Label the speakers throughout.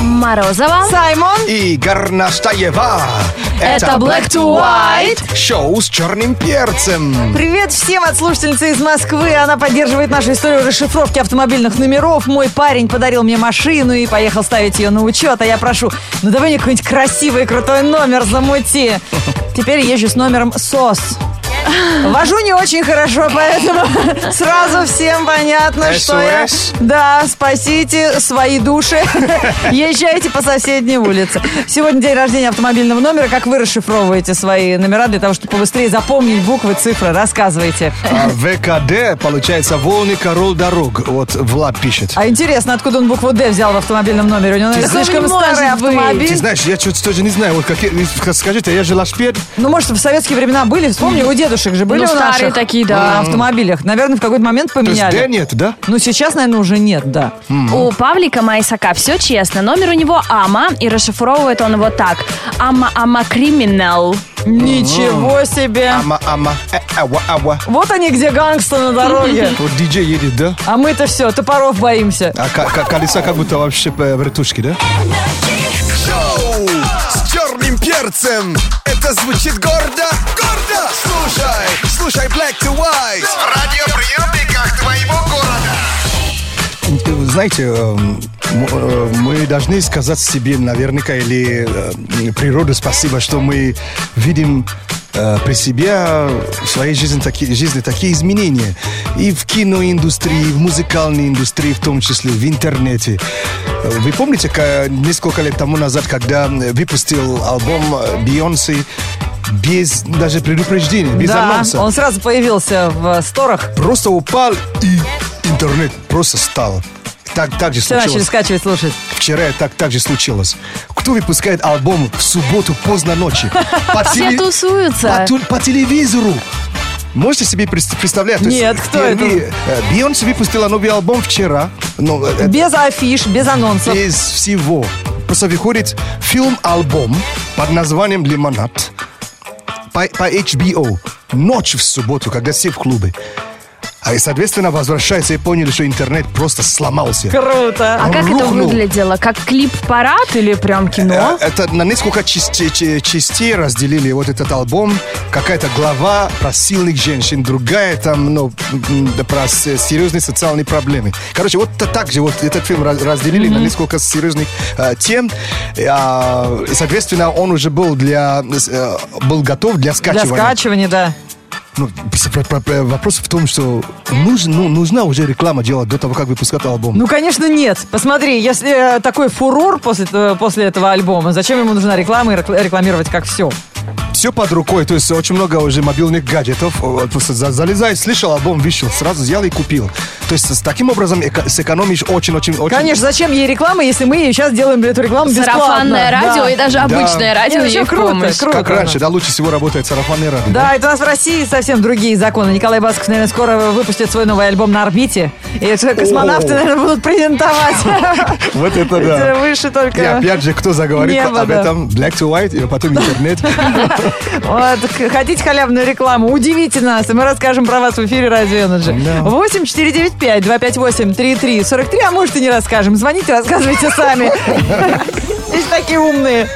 Speaker 1: Морозова.
Speaker 2: Саймон.
Speaker 3: И Горнастаева.
Speaker 1: Это Black to White.
Speaker 3: Шоу с черным перцем.
Speaker 2: Привет всем от слушательницы из Москвы. Она поддерживает нашу историю расшифровки автомобильных номеров. Мой парень подарил мне машину и поехал ставить ее на учет. А я прошу, ну давай мне какой-нибудь красивый крутой номер замути. Теперь езжу с номером СОС. Вожу не очень хорошо, поэтому сразу всем понятно, что я...
Speaker 3: SOS.
Speaker 2: Да, спасите свои души. Езжайте по соседней улице. Сегодня день рождения автомобильного номера. Как вы расшифровываете свои номера для того, чтобы побыстрее запомнить буквы, цифры? Рассказывайте.
Speaker 3: А ВКД, получается, волны король дорог. Вот Влад пишет.
Speaker 2: А интересно, откуда он букву «Д» взял в автомобильном номере? У него наверное,
Speaker 1: Такого
Speaker 2: слишком
Speaker 1: не
Speaker 2: старый
Speaker 1: может быть.
Speaker 3: Ты
Speaker 2: автомобиль.
Speaker 3: знаешь, я что-то тоже не знаю. Вот как, скажите, а я же лошпед.
Speaker 2: Ну, может, в советские времена были? Вспомни, у дедушек же были
Speaker 1: Ну,
Speaker 2: у
Speaker 1: старые
Speaker 2: наших
Speaker 1: такие, да.
Speaker 2: на автомобилях. Наверное, в какой-то момент
Speaker 3: То есть
Speaker 2: поменяли.
Speaker 3: Д нет, да?
Speaker 2: Ну, сейчас, наверное, уже нет, да.
Speaker 1: У Павлика Майсака все честно. Номер у него Ама, и расшифровывает он его так. Ама Ама Криминал.
Speaker 2: Ничего себе!
Speaker 3: Ама, ама, э, ава, ава.
Speaker 2: Вот они где гангста на дороге.
Speaker 3: Вот диджей едет, да?
Speaker 2: А мы-то все, топоров боимся.
Speaker 3: А ка- ка- колеса как будто вообще э, вертушки, да?
Speaker 4: Шоу с черным перцем. Это звучит гордо, гордо. Слушай, слушай Black to White. В радиоприемниках твоего города.
Speaker 3: Вы Знаете, э, м- э, мы должны сказать себе наверняка или э, природу спасибо, что мы видим э, при себе э, в своей жизни такие, жизни такие изменения. И в киноиндустрии, и в музыкальной индустрии, в том числе, в интернете. Э, Вы помните, ка- несколько лет тому назад, когда э, выпустил альбом э, Бейонсе без даже предупреждения, без
Speaker 2: Да,
Speaker 3: анонса?
Speaker 2: он сразу появился в э, сторах.
Speaker 3: Просто упал, и интернет просто стал. Так, так же
Speaker 2: Все
Speaker 3: случилось.
Speaker 2: начали скачивать, слушать.
Speaker 3: Вчера это так, так же случилось. Кто выпускает альбом в субботу поздно ночи? По
Speaker 1: Все
Speaker 3: теле- по
Speaker 1: тусуются.
Speaker 3: ту- по телевизору. Можете себе прес- представлять? То есть
Speaker 2: Нет, кто
Speaker 3: впервые, э, Бейонсе выпустила новый альбом вчера. Но э,
Speaker 2: Без афиш, без анонсов.
Speaker 3: из всего. Просто выходит фильм-альбом под названием «Лимонад» по, по HBO. Ночь в субботу, когда все в клубе. А и, соответственно, возвращается и поняли, что интернет просто сломался.
Speaker 2: Круто.
Speaker 1: А как это
Speaker 3: рухнул.
Speaker 1: выглядело? Как клип-парад или прям кино?
Speaker 3: Э, Это на несколько частей, че- частей разделили вот этот альбом. Какая-то глава про сильных женщин, другая там, ну, м, да, про с- серьезные социальные проблемы. Короче, вот та- так же вот этот фильм раз- разделили на несколько серьезных э, тем. И, а, и, соответственно, он уже был для э, был готов для
Speaker 2: Для
Speaker 3: скачивания.
Speaker 2: скачивания, да.
Speaker 3: Ну, пс- пр- пр- пр- вопрос в том, что нуж- ну, нужна уже реклама делать до того, как выпускать альбом.
Speaker 2: Ну, конечно, нет. Посмотри, если э, такой фурор после, э, после этого альбома, зачем ему нужна реклама и рекл- рекламировать как все?
Speaker 3: все под рукой, то есть очень много уже мобильных гаджетов. Э, Просто за- залезай, слышал альбом, вышел, сразу взял и купил. То есть с таким образом эко- сэкономишь очень-очень-очень.
Speaker 2: Конечно, зачем ей реклама, если мы ей сейчас делаем эту рекламу Э, бесплатно?
Speaker 1: Сарафанное радио
Speaker 2: Да.
Speaker 1: и даже обычное
Speaker 2: Это
Speaker 1: радио
Speaker 2: вообще
Speaker 1: ей в
Speaker 2: круто,
Speaker 1: помощь.
Speaker 2: круто.
Speaker 3: Как раньше, да, лучше всего работает сарафанное радио.
Speaker 2: Да, это у нас в России совсем другие законы. Николай Басков, наверное, скоро выпустит свой новый альбом на орбите. И это космонавты,
Speaker 3: О.
Speaker 2: наверное, будут презентовать.
Speaker 3: Вот это
Speaker 2: Это
Speaker 3: да.
Speaker 2: Выше
Speaker 3: И
Speaker 2: только.
Speaker 3: опять же, кто заговорит
Speaker 2: Небо,
Speaker 3: об
Speaker 2: да.
Speaker 3: этом? Black to white, и потом интернет.
Speaker 2: Вот, х- хотите халявную рекламу? Удивите нас, и мы расскажем про вас в эфире Радио Energy.
Speaker 3: Да.
Speaker 2: 8 495 258 33 43, а может и не расскажем. Звоните, рассказывайте сами. Здесь такие умные.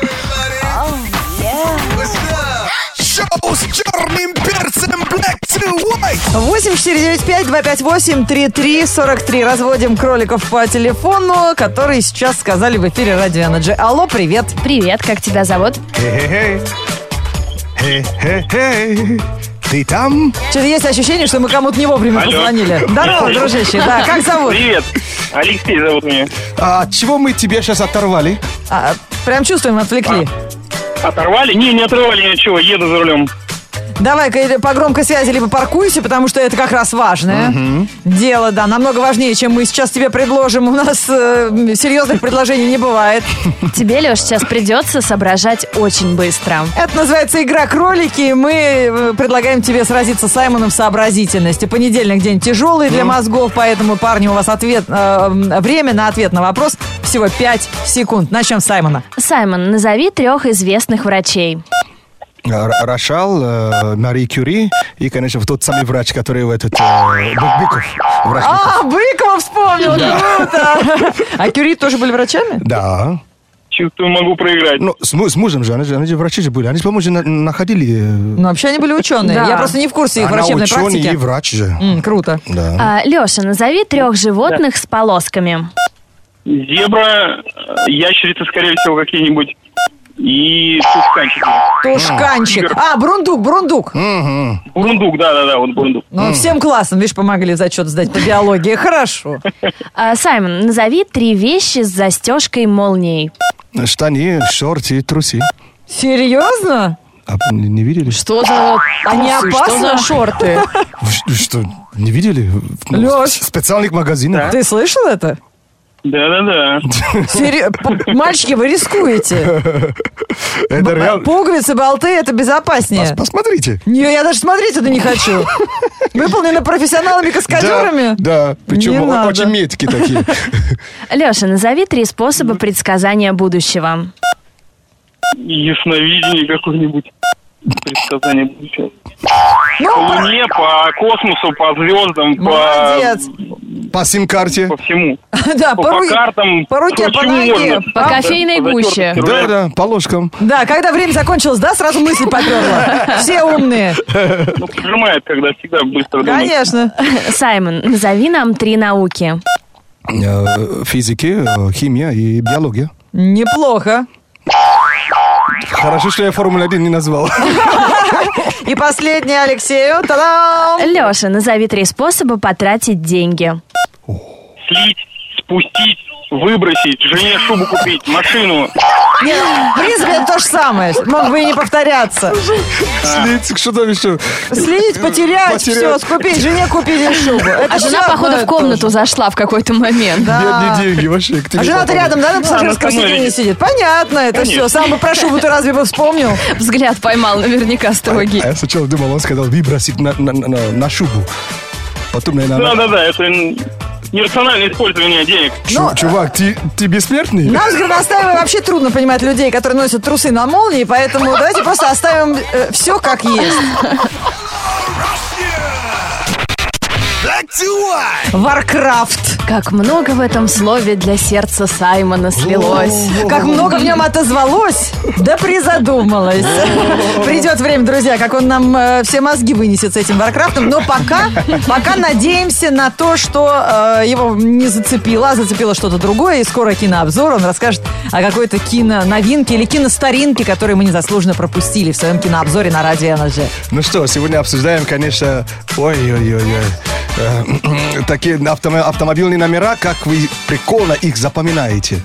Speaker 4: Шоу с черным перцем Black to White.
Speaker 2: 8495-258-3343. Разводим кроликов по телефону, которые сейчас сказали в эфире Радио Energy. Алло, привет.
Speaker 1: Привет, как тебя зовут?
Speaker 3: Хе-хе-хей. Хе-хе-хей. Ты там?
Speaker 2: Что-то есть ощущение, что мы кому-то не вовремя
Speaker 5: Алло.
Speaker 2: позвонили. Здорово, дружище. Да, как зовут?
Speaker 5: Привет! Алексей зовут меня.
Speaker 3: А от чего мы тебя сейчас оторвали?
Speaker 2: А, прям чувствуем, отвлекли.
Speaker 5: Оторвали? Не, не оторвали ничего, еду за рулем.
Speaker 2: Давай-ка или по громкой связи либо паркуйся, потому что это как раз важное дело, да. Намного важнее, чем мы сейчас тебе предложим. У нас э, серьезных предложений не бывает.
Speaker 1: Тебе, Леш, сейчас придется соображать очень быстро.
Speaker 2: Это называется игра кролики. и Мы э, предлагаем тебе сразиться с Саймоном в сообразительности. Понедельник день тяжелый для мозгов, поэтому, парни, у вас ответ, э, м, время на ответ на вопрос всего 5 секунд. Начнем с Саймона.
Speaker 1: Саймон, назови трех известных врачей.
Speaker 3: Р- Рошал, э, Мари Кюри и, конечно, тот самый врач, который в этот... э, Бу- Быков. Врач Быков.
Speaker 2: А, Быкова вспомнил, круто! А Кюри тоже были врачами?
Speaker 3: Да.
Speaker 5: Чувствую, могу проиграть.
Speaker 3: Ну, с, му- с мужем же, они же, они же врачи же были. Они же, по-моему, же на- находили... э,
Speaker 2: Ну, вообще они были ученые.
Speaker 1: Да.
Speaker 2: Я просто не в курсе их
Speaker 3: Она
Speaker 2: врачебной
Speaker 3: ученый
Speaker 2: практики.
Speaker 3: и врач же.
Speaker 2: М, круто.
Speaker 3: Да.
Speaker 1: Леша, А, назови трех животных с полосками.
Speaker 5: Зебра, э, ящерицы, скорее всего, какие-нибудь. И тушканчики.
Speaker 2: Тушканчик. А, бурундук, бурундук.
Speaker 3: М-м. Мгм.
Speaker 5: Бурундук, да-да-да, вот бурундук.
Speaker 2: Ну, всем классом, видишь, помогли зачет сдать по биологии. Хорошо.
Speaker 1: А, Саймон, назови три вещи с застежкой молнией.
Speaker 2: А.
Speaker 3: Штаны, шорты, трусы.
Speaker 2: Серьезно?
Speaker 3: А, не, не видели? Что?
Speaker 6: Что за
Speaker 2: А не
Speaker 6: трусы, Что
Speaker 2: опасно?
Speaker 6: за шорты?
Speaker 3: Вы что, не видели? Ну,
Speaker 2: Лёш.
Speaker 3: в специальных магазинах.
Speaker 2: Ты слышал это?
Speaker 5: Да-да-да.
Speaker 2: Серьё- П- Мальчики, вы рискуете.
Speaker 3: Это реально...
Speaker 2: Пуговицы, болты, это безопаснее.
Speaker 3: Посмотрите.
Speaker 2: Не, я даже смотреть это не хочу. Выполнено профессионалами-каскадерами?
Speaker 3: Да, да.
Speaker 2: Не
Speaker 3: причем о-
Speaker 2: надо.
Speaker 3: очень меткие такие.
Speaker 1: Леша, назови три способа предсказания будущего.
Speaker 5: Ясновидение какое-нибудь. Предсказание будущего. По
Speaker 2: Ну,
Speaker 5: Луне, по космосу, по звездам, по,
Speaker 2: молодец.
Speaker 3: По сим-карте.
Speaker 5: по всему.
Speaker 2: Да,
Speaker 5: Ну, По,
Speaker 2: по ру-
Speaker 5: картам.
Speaker 2: по руке, по
Speaker 5: чему
Speaker 2: ноге.
Speaker 5: можно.
Speaker 6: По
Speaker 5: Да,
Speaker 6: кофейной
Speaker 5: по затертости
Speaker 6: гуще.
Speaker 3: Да,
Speaker 5: руля.
Speaker 3: да, по ложкам.
Speaker 2: Да, когда время закончилось, да, сразу мысли поперла. Все умные.
Speaker 5: Ну, прижимает, когда всегда быстро думает.
Speaker 2: Конечно.
Speaker 1: Саймон, назови нам три науки.
Speaker 3: Э, Физики, э, химия и биология.
Speaker 2: Неплохо.
Speaker 3: Хорошо, что я Формула-1 не назвал.
Speaker 2: И последнее Алексею. Та-дам!
Speaker 1: Леша, назови три способа потратить деньги.
Speaker 5: Слить, спустить, выбросить, жене шубу купить, машину.
Speaker 2: Нет, в принципе, это то же самое. Мог бы и не повторяться.
Speaker 3: Слить, что там еще?
Speaker 2: Слить, потерять, все,
Speaker 3: Потерять.
Speaker 2: скупить, жене купили шубу. Это
Speaker 6: А жена,
Speaker 2: всё
Speaker 6: походу, в
Speaker 2: одно и то же.
Speaker 6: комнату зашла в какой-то момент.
Speaker 2: Да.
Speaker 3: Нет, не деньги вообще. к тебе
Speaker 2: А жена-то
Speaker 3: попали.
Speaker 2: рядом, да, на пассажирском
Speaker 5: она
Speaker 2: сиденье
Speaker 5: остановит.
Speaker 2: сидит? Понятно это все.
Speaker 5: Конечно.
Speaker 2: Сам бы про шубу ты разве бы вспомнил?
Speaker 6: Взгляд поймал, наверняка строгий.
Speaker 3: А я сначала думал, он сказал выбросить на, на- на- на- на шубу. Потом, наверное, она-
Speaker 5: Да-да-да, это н- нерациональное использование денег.
Speaker 3: Чу-
Speaker 2: Ну,
Speaker 3: чувак, ты, ты бессмертный?
Speaker 2: Нам с Горностаевой вообще трудно понимать людей, которые носят трусы на молнии, поэтому давайте просто оставим все как есть.
Speaker 4: Black to white.
Speaker 2: Варкрафт.
Speaker 6: Как много в этом слове для сердца Саймона слилось.
Speaker 2: Как много в нем отозвалось, да призадумалось. Придет время, друзья, как он нам э, все мозги вынесет с этим Варкрафтом. Но пока, пока надеемся на то, что э, его не зацепило, а зацепило что-то другое. И скоро кинообзор. Он расскажет о какой-то киноновинке или киностаринке, которую мы незаслуженно пропустили в своем кинообзоре на радио Energy.
Speaker 3: Ну что, сегодня обсуждаем, конечно, ой-ой-ой-ой, э, такие автомо- автомобильные номера, как вы прикольно их запоминаете.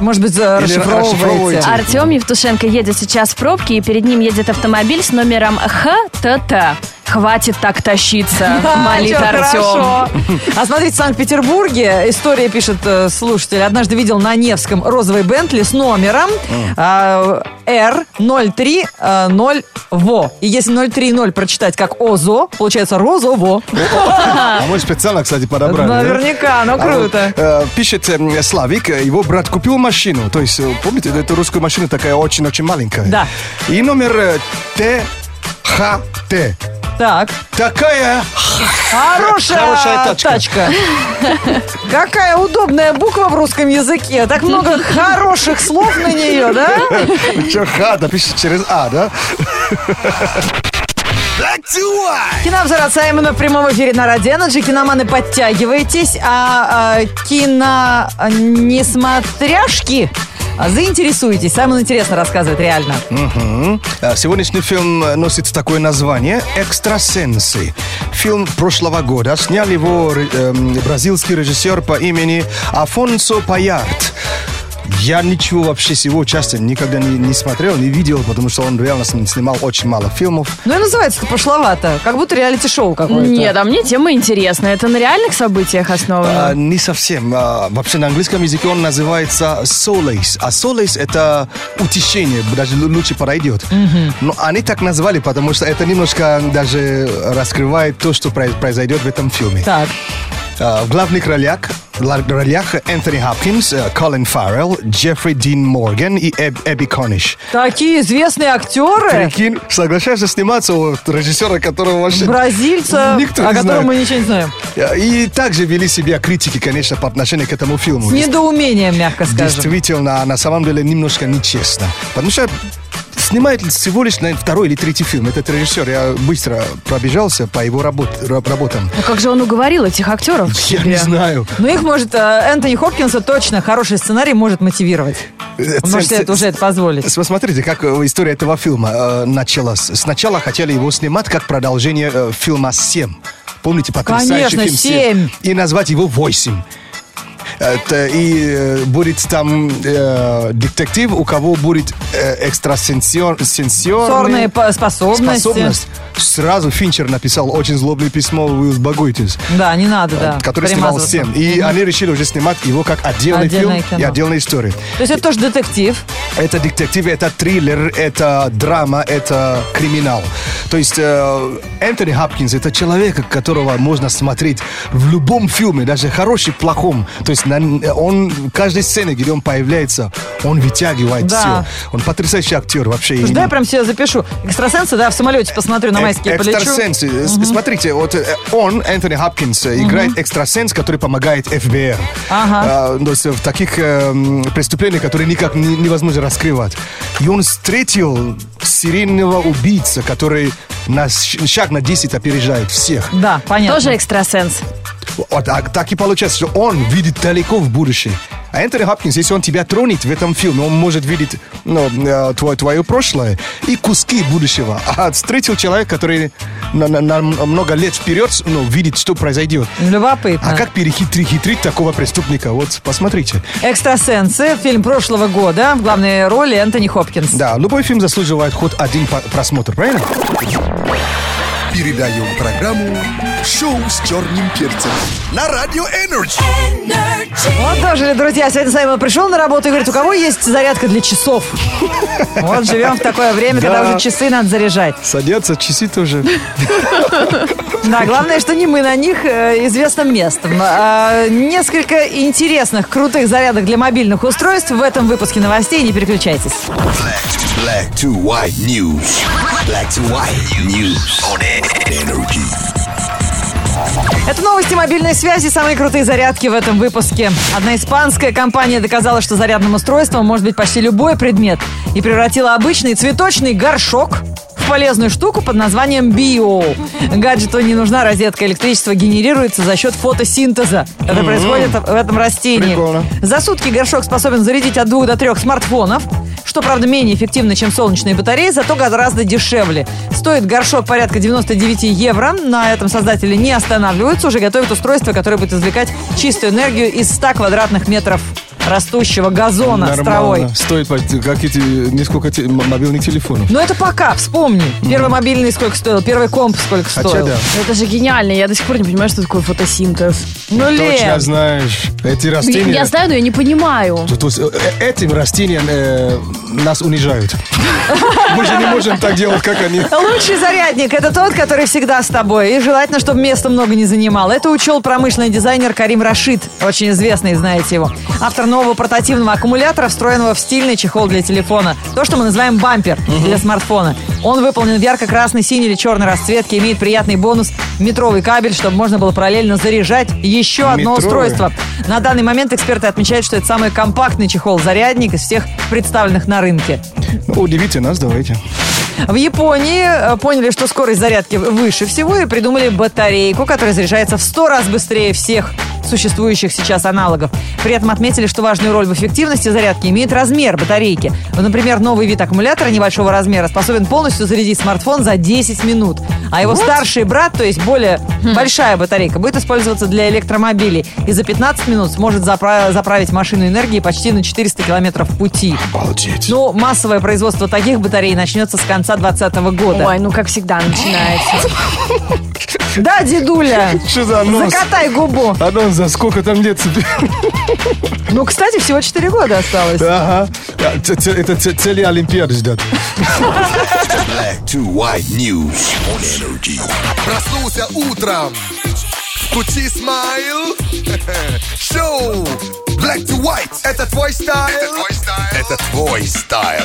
Speaker 2: Может быть, э,
Speaker 3: Или
Speaker 2: расшифровываете.
Speaker 3: расшифровываете.
Speaker 1: Артем Евтушенко едет сейчас в пробке, и перед ним едет автомобиль с номером ХТТ. Хватит так тащиться, молит
Speaker 2: чё,
Speaker 1: Артем.
Speaker 2: хорошо. А смотрите, в Санкт-Петербурге история пишет э, слушатель. Однажды видел на Невском розовый Бентли с номером а, R030ВО. э, И если 030 прочитать как ОЗО, получается РОЗОВО.
Speaker 3: А мы специально, кстати, подобрали. да?
Speaker 2: Наверняка, ну
Speaker 3: А вот,
Speaker 2: круто.
Speaker 3: э, Пишет э, Славик, э, его брат купил машину. То есть, э, помните, эту русскую машину такая очень-очень маленькая.
Speaker 2: Да.
Speaker 3: И номер э, ТХТ.
Speaker 2: Так,
Speaker 3: Такая
Speaker 2: хорошая,
Speaker 3: Хорошая тачка.
Speaker 2: Какая удобная буква в русском языке. Так много хороших слов на нее, да?
Speaker 3: Чё, Х, да, пишет через А, да?
Speaker 4: Black to white.
Speaker 2: Кинообзор от Саймона в прямом эфире на Радио Energy. Киноманы, подтягивайтесь, а, а, кино несмотряшки а, заинтересуйтесь. Саймон интересно рассказывает, реально. Ну,
Speaker 3: Мгм. А, Сегодняшний фильм э, носит такое название «Экстрасенсы». Фильм прошлого года. Снял его ре- эм, бразильский режиссер по имени Афонсо Паярт. Я ничего вообще с его участия никогда не, не смотрел, не видел, потому что он реально сни- снимал очень мало фильмов.
Speaker 2: Ну и называется-то пошловато, как будто реалити-шоу какое-то.
Speaker 6: Нет, а мне тема интересна. Это на реальных событиях
Speaker 3: А,
Speaker 6: основано.
Speaker 3: не совсем. А, вообще на английском языке он называется solace. А solace это утешение, даже лу- лучше подойдет. Но они так назвали, потому что это немножко даже раскрывает то, что прои- произойдет в этом фильме.
Speaker 2: Так,
Speaker 3: Э, В главных ролях, ла- ролях Энтони Хопкинс, э, Колин Фаррелл, Джеффри Дин Морган и Эб- Эбби Конниш.
Speaker 2: Такие известные актеры.
Speaker 3: Прикинь, соглашаешься сниматься у режиссера, которого вообще...
Speaker 2: Бразильца,
Speaker 3: Никто не
Speaker 2: о котором
Speaker 3: знает.
Speaker 2: мы ничего не знаем.
Speaker 3: И также вели себя критики, конечно, по отношению к этому фильму.
Speaker 2: С недоумением, мягко скажем.
Speaker 3: Действительно, а на самом деле немножко нечестно. Потому что снимает всего лишь на второй или третий фильм. Этот режиссер, я быстро пробежался по его работ, раб- работам.
Speaker 1: Ну как же он уговорил этих актеров? к
Speaker 3: Я
Speaker 1: себе?
Speaker 3: не знаю.
Speaker 2: Ну, их может, э, Энтони Хопкинса точно хороший сценарий может мотивировать. Он может себе это уже это позволить.
Speaker 3: С- Посмотрите, как э, история этого фильма э, началась. Сначала хотели его снимать как продолжение э, фильма «Семь». Помните, потрясающий
Speaker 2: Конечно,
Speaker 3: фильм «Семь»?
Speaker 2: «Семь».
Speaker 3: И назвать его «Восемь». Это, и э, будет там э, детектив, у кого будет э, экстрасенсор-
Speaker 2: Сорные
Speaker 3: сенсорные
Speaker 2: по- способности.
Speaker 3: способность. Сразу Финчер написал очень злобное письмо Уиллс Багуйтис,
Speaker 2: Да, не надо, да.
Speaker 3: который снимал
Speaker 2: примазываться.
Speaker 3: «Семь». И они решили уже снимать его как отдельный
Speaker 2: Отдельное
Speaker 3: фильм и
Speaker 2: кино.
Speaker 3: отдельная история.
Speaker 2: То есть это тоже детектив.
Speaker 3: Это детектив, это триллер, это драма, это криминал. То есть э, Энтони Хапкинс это человек, которого можно смотреть в любом фильме, даже хороший, плохом. То есть на- он в каждой сцене, где он появляется, он вытягивает
Speaker 2: Да.
Speaker 3: все. Он потрясающий актер вообще.
Speaker 2: Слушай,
Speaker 3: И-
Speaker 2: да, я прям себе запишу. Экстрасенсы, да, в самолете посмотрю, на
Speaker 3: Эк-
Speaker 2: майские полечу.
Speaker 3: экстрасенсы. Э, С- Смотрите, вот э, он, Энтони Хопкинс, э, играет экстрасенс, который помогает ФБР.
Speaker 2: Ага.
Speaker 3: Э, то есть в таких э, м, преступлениях, которые никак не- невозможно раскрывать. И он встретил серийного убийца, который на щ- шаг на 10 опережает всех.
Speaker 2: Да, понятно.
Speaker 1: Тоже экстрасенс.
Speaker 3: Вот, а так и получается, что он видит далеко в будущее. А Энтони Хопкинс, если он тебя тронет в этом фильме, он может видеть ну, э, твое, твое прошлое и куски будущего. А встретил человека, который на, на- на много лет вперед ну, видит, что произойдет.
Speaker 2: Любопытно.
Speaker 3: А как перехитрить хитрить такого преступника? Вот посмотрите.
Speaker 2: Экстрасенсы, фильм прошлого года, в главной роли Энтони Хопкинс.
Speaker 3: Да, любой фильм заслуживает хоть один по- просмотр, правильно?
Speaker 4: Передаем программу «Шоу с черным перцем» на Радио Энерджи.
Speaker 2: Вот дожили, друзья. Сегодня Саймон пришел на работу и говорит, у кого есть зарядка для часов? Вот живем в такое время, когда
Speaker 3: Да.
Speaker 2: уже часы надо заряжать.
Speaker 3: Садятся, часы уже.
Speaker 2: Да, главное, что не мы на них э, известным местом. Э, Несколько интересных, крутых зарядок для мобильных устройств в этом выпуске новостей. Не переключайтесь.
Speaker 4: Black to white news. Black to white news on Energy.
Speaker 2: Это новости мобильной связи, самые крутые зарядки в этом выпуске. Одна испанская компания доказала, что зарядным устройством может быть почти любой предмет и превратила обычный цветочный горшок в полезную штуку под названием Био. Гаджету не нужна розетка, электричество генерируется за счет фотосинтеза. Это происходит в этом растении.
Speaker 3: Прикольно.
Speaker 2: За сутки горшок способен зарядить от двух до трех смартфонов, что, правда, менее эффективно, чем солнечные батареи, зато гораздо дешевле. Стоит горшок порядка 99 евро. На этом создатели не останавливаются, уже готовят устройство, которое будет извлекать чистую энергию из 100 квадратных метров растущего газона с травой.
Speaker 3: Стоит почти- как эти несколько те- м- мобильных телефонов.
Speaker 2: Но это пока, вспомни. Первый мобильный сколько стоил, первый комп сколько
Speaker 3: Хотя
Speaker 2: стоил.
Speaker 3: да.
Speaker 1: Ну, Это же гениально. Я до сих пор не понимаю, что такое фотосинтез.
Speaker 2: Ну,
Speaker 3: Точно
Speaker 2: Лен,
Speaker 3: знаешь. Эти
Speaker 1: Я,
Speaker 3: растения...
Speaker 1: я знаю, но я не понимаю.
Speaker 3: То- то есть, э, э, этим растениям э, нас унижают. Мы же не можем так делать, как они.
Speaker 2: Лучший зарядник – это тот, который всегда с тобой. И желательно, чтобы места много не занимал. Это учел промышленный дизайнер Карим Рашид. Очень известный, знаете его. Автор нового портативного аккумулятора, встроенного в стильный чехол для телефона. То, что мы называем бампер для смартфона. Он выполнен в ярко-красной, синей или черной расцветке. Имеет приятный бонус – метровый кабель, чтобы можно было параллельно заряжать еще одно
Speaker 3: Метровый?
Speaker 2: устройство. На данный момент эксперты отмечают, что это самый компактный чехол-зарядник из всех представленных на рынке.
Speaker 3: Ну, удивите нас, давайте.
Speaker 2: В Японии э, поняли, что скорость зарядки выше всего и придумали батарейку, которая заряжается в 100 раз быстрее всех существующих сейчас аналогов. При этом отметили, что важную роль в эффективности зарядки имеет размер батарейки. Ну, Например, новый вид аккумулятора небольшого размера способен полностью зарядить смартфон за 10 минут. А его старший брат, то есть более большая батарейка, будет использоваться для электромобилей. И за 15 минут сможет запра- заправить машину энергией почти на 400 километров пути.
Speaker 3: Обалдеть.
Speaker 2: Ну, массовое производство таких батарей начнется с конца 2020 года.
Speaker 1: Ой, ну как всегда начинается.
Speaker 2: Да, дедуля?
Speaker 3: Что за анонс?
Speaker 2: Закатай губу.
Speaker 3: Анонс А ну, за сколько там лет? тебе?
Speaker 2: Ну, кстати, всего 4 года осталось.
Speaker 3: Ага. А, ц- ц- Это ц- цели Олимпиады ждут.
Speaker 4: Black to white news on Energy. Проснулся утром. Кучи смайл. Шоу. Black to white. Это твой стайл. Это твой стайл. Это твой стайл.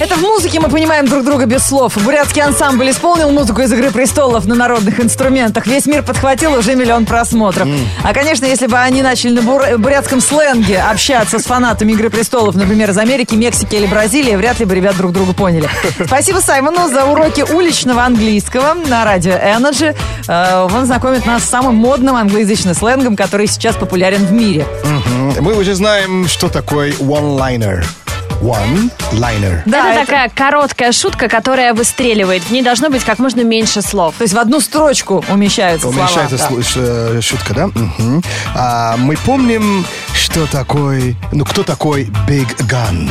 Speaker 2: Это в музыке мы понимаем друг друга без слов. Бурятский ансамбль исполнил музыку из «Игры престолов» на народных инструментах. Весь мир подхватил уже миллион просмотров. А, конечно, если бы они начали на бур- бурятском сленге общаться с фанатами «Игры престолов», например, из Америки, Мексики или Бразилии, вряд ли бы ребят друг друга поняли. Спасибо Саймону за уроки уличного английского на радио Energy. Э, Он знакомит нас с самым модным англоязычным сленгом, который сейчас популярен в мире.
Speaker 3: Мы уже знаем, что такое one-liner. One-liner.
Speaker 2: Да,
Speaker 1: это,
Speaker 2: это-
Speaker 1: такая короткая шутка, которая выстреливает. В ней должно быть как можно меньше слов.
Speaker 2: То есть в одну строчку умещаются слова.
Speaker 3: Уменьшается
Speaker 2: Да.
Speaker 3: слу- ш- э, шутка, да? Мгм. А, мы помним, что такой, ну кто такой Big Gun?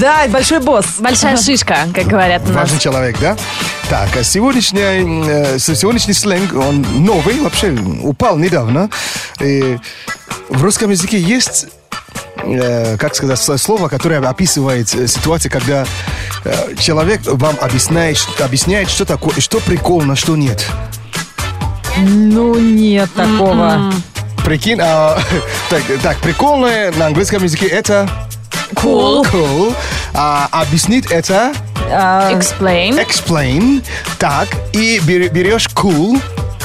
Speaker 2: Да, большой босс.
Speaker 1: Большая шишка, как говорят у нас.
Speaker 3: Важный человек, да? Так, а сегодняшний, э, с- сегодняшний сленг, он новый, вообще упал недавно. И в русском языке есть, э, как сказать, со- слово, которое описывает э, ситуацию, когда э, человек вам объясняет, ш- объясняет, что такое, что прикольно, что нет.
Speaker 2: Ну, нет такого.
Speaker 3: Прикинь, а, так, так, прикольное на английском языке это cool, а объяснить это
Speaker 1: Explain.
Speaker 3: explain, так, и бере- берешь cool,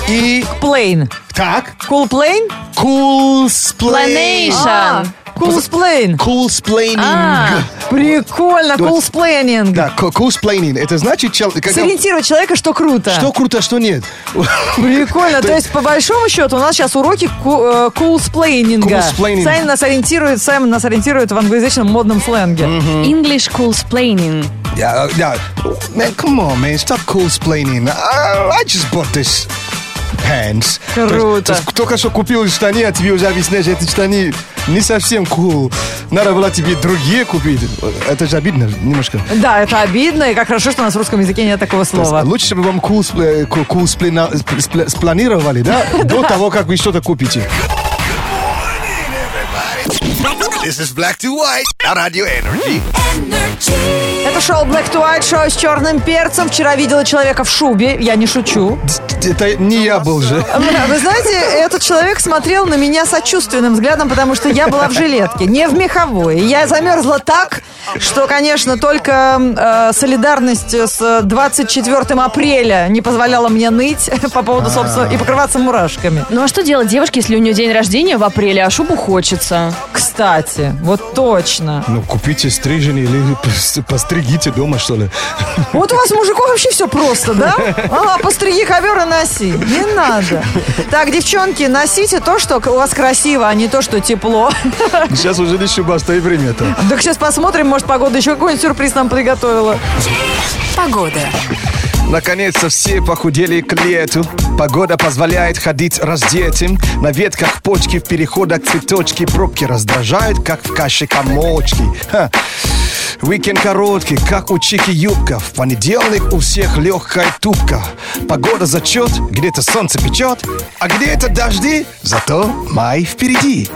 Speaker 3: и
Speaker 2: Плейн.
Speaker 3: так,
Speaker 2: Cool plane?
Speaker 3: cool splain.
Speaker 1: Planation.
Speaker 2: А, cool plane.
Speaker 3: Cool splaining.
Speaker 2: Прикольно, cool splaining.
Speaker 3: Да, ко- cool splaining. Это значит, чел- когда-
Speaker 2: Сориентировать человека, что круто.
Speaker 3: что круто, что нет.
Speaker 2: Прикольно. То есть, по большому счету, у нас сейчас уроки э, кулсплейнинга.
Speaker 3: Coolsplaining.
Speaker 2: Саймон нас ориентирует, Саймон нас ориентирует в англоязычном модном сленге.
Speaker 1: Ah. English cool splaining.
Speaker 3: Yeah, yeah. Man, come on, man, stop cool splaining. I, I just bought this pants.
Speaker 2: Круто.
Speaker 3: То есть, то есть только что купил штаны, а тебе уже объясняешь, эти штаны не совсем cool. Надо было тебе другие купить. Это же обидно немножко.
Speaker 2: Да, это обидно, и как хорошо, что у нас в русском языке нет такого
Speaker 3: То есть
Speaker 2: слова.
Speaker 3: Лучше бы вам cool, спл- э, cool- cool сплена- сп- спле- спланировали, да? До того, как вы что-то купите.
Speaker 4: This is black to white. На радио Energy.
Speaker 2: Это шоу Black to White, шоу с черным перцем. Вчера видела человека в шубе, я не шучу.
Speaker 3: Это не я был же.
Speaker 2: Вы знаете, этот человек смотрел на меня сочувственным взглядом, потому что я была в жилетке, не в меховой. И Я замерзла так, что, конечно, только э, солидарность с 24 апреля не позволяла мне ныть по поводу собственного и покрываться мурашками.
Speaker 1: Ну а что делать девушке, если у нее день рождения в апреле, а шубу хочется?
Speaker 2: Кстати, вот точно.
Speaker 3: Ну, купите стриженный или постригите дома, что ли.
Speaker 2: Вот у вас мужиков вообще все просто, да? А, постриги ковер и носи. Не надо. Так, девчонки, носите то, что у вас красиво, а не то, что тепло.
Speaker 3: Сейчас уже не щуба, и примета.
Speaker 2: Так сейчас посмотрим, может, погода еще какой-нибудь сюрприз нам приготовила.
Speaker 6: Погода.
Speaker 3: Наконец-то все похудели к лету. Погода позволяет ходить раздетым. На ветках почки в переходах цветочки. Пробки раздражают, как в каше комочки. Ха. Уикенд короткий, как у Чики юбка. В понедельник у всех легкая тупка. Погода зачет, где-то солнце печет, а где-то дожди. Зато май впереди.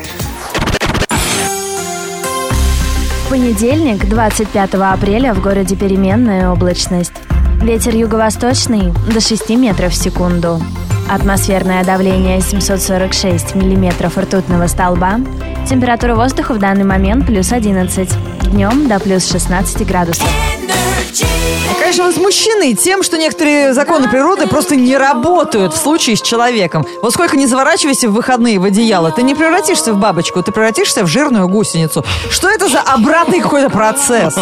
Speaker 7: Понедельник, 25 апреля, в городе переменная облачность. Ветер юго-восточный до 6 метров в секунду. Атмосферное давление 746 миллиметров ртутного столба. Температура воздуха в данный момент плюс 11. Днем до плюс 16 градусов.
Speaker 2: Конечно, вы смущены тем, что некоторые законы природы просто не работают в случае с человеком. Вот сколько не заворачивайся в выходные в одеяло, ты не превратишься в бабочку, ты превратишься в жирную гусеницу. Что это за обратный какой-то процесс?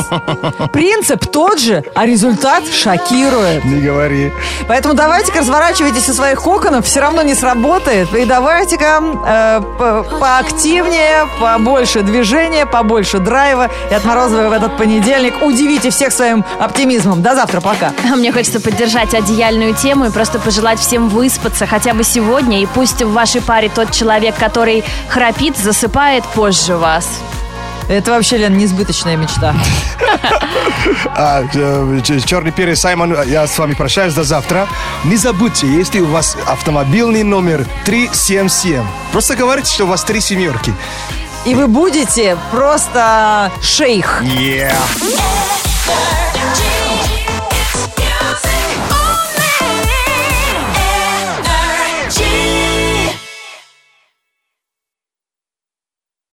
Speaker 2: Принцип тот же, а результат шокирует.
Speaker 3: Не говори.
Speaker 2: Поэтому давайте-ка разворачивайтесь из своих коконов, все равно не сработает. И давайте-ка э, по- поактивнее, побольше движения, побольше драйва. И от Морозова в этот понедельник удивите всех своим оптимизмом. До завтра, пока.
Speaker 1: Мне хочется поддержать одеяльную тему и просто пожелать всем выспаться хотя бы сегодня. И пусть в вашей паре тот человек, который храпит, засыпает позже вас.
Speaker 2: Это вообще, Лен, неизбыточная мечта.
Speaker 3: А, э, ч- Черный перец Саймон, э, я с вами прощаюсь до завтра. Не забудьте, если у вас автомобильный номер 377, просто говорите, что у вас три семерки.
Speaker 2: И вы будете просто шейх.
Speaker 3: Yeah.
Speaker 8: Energy.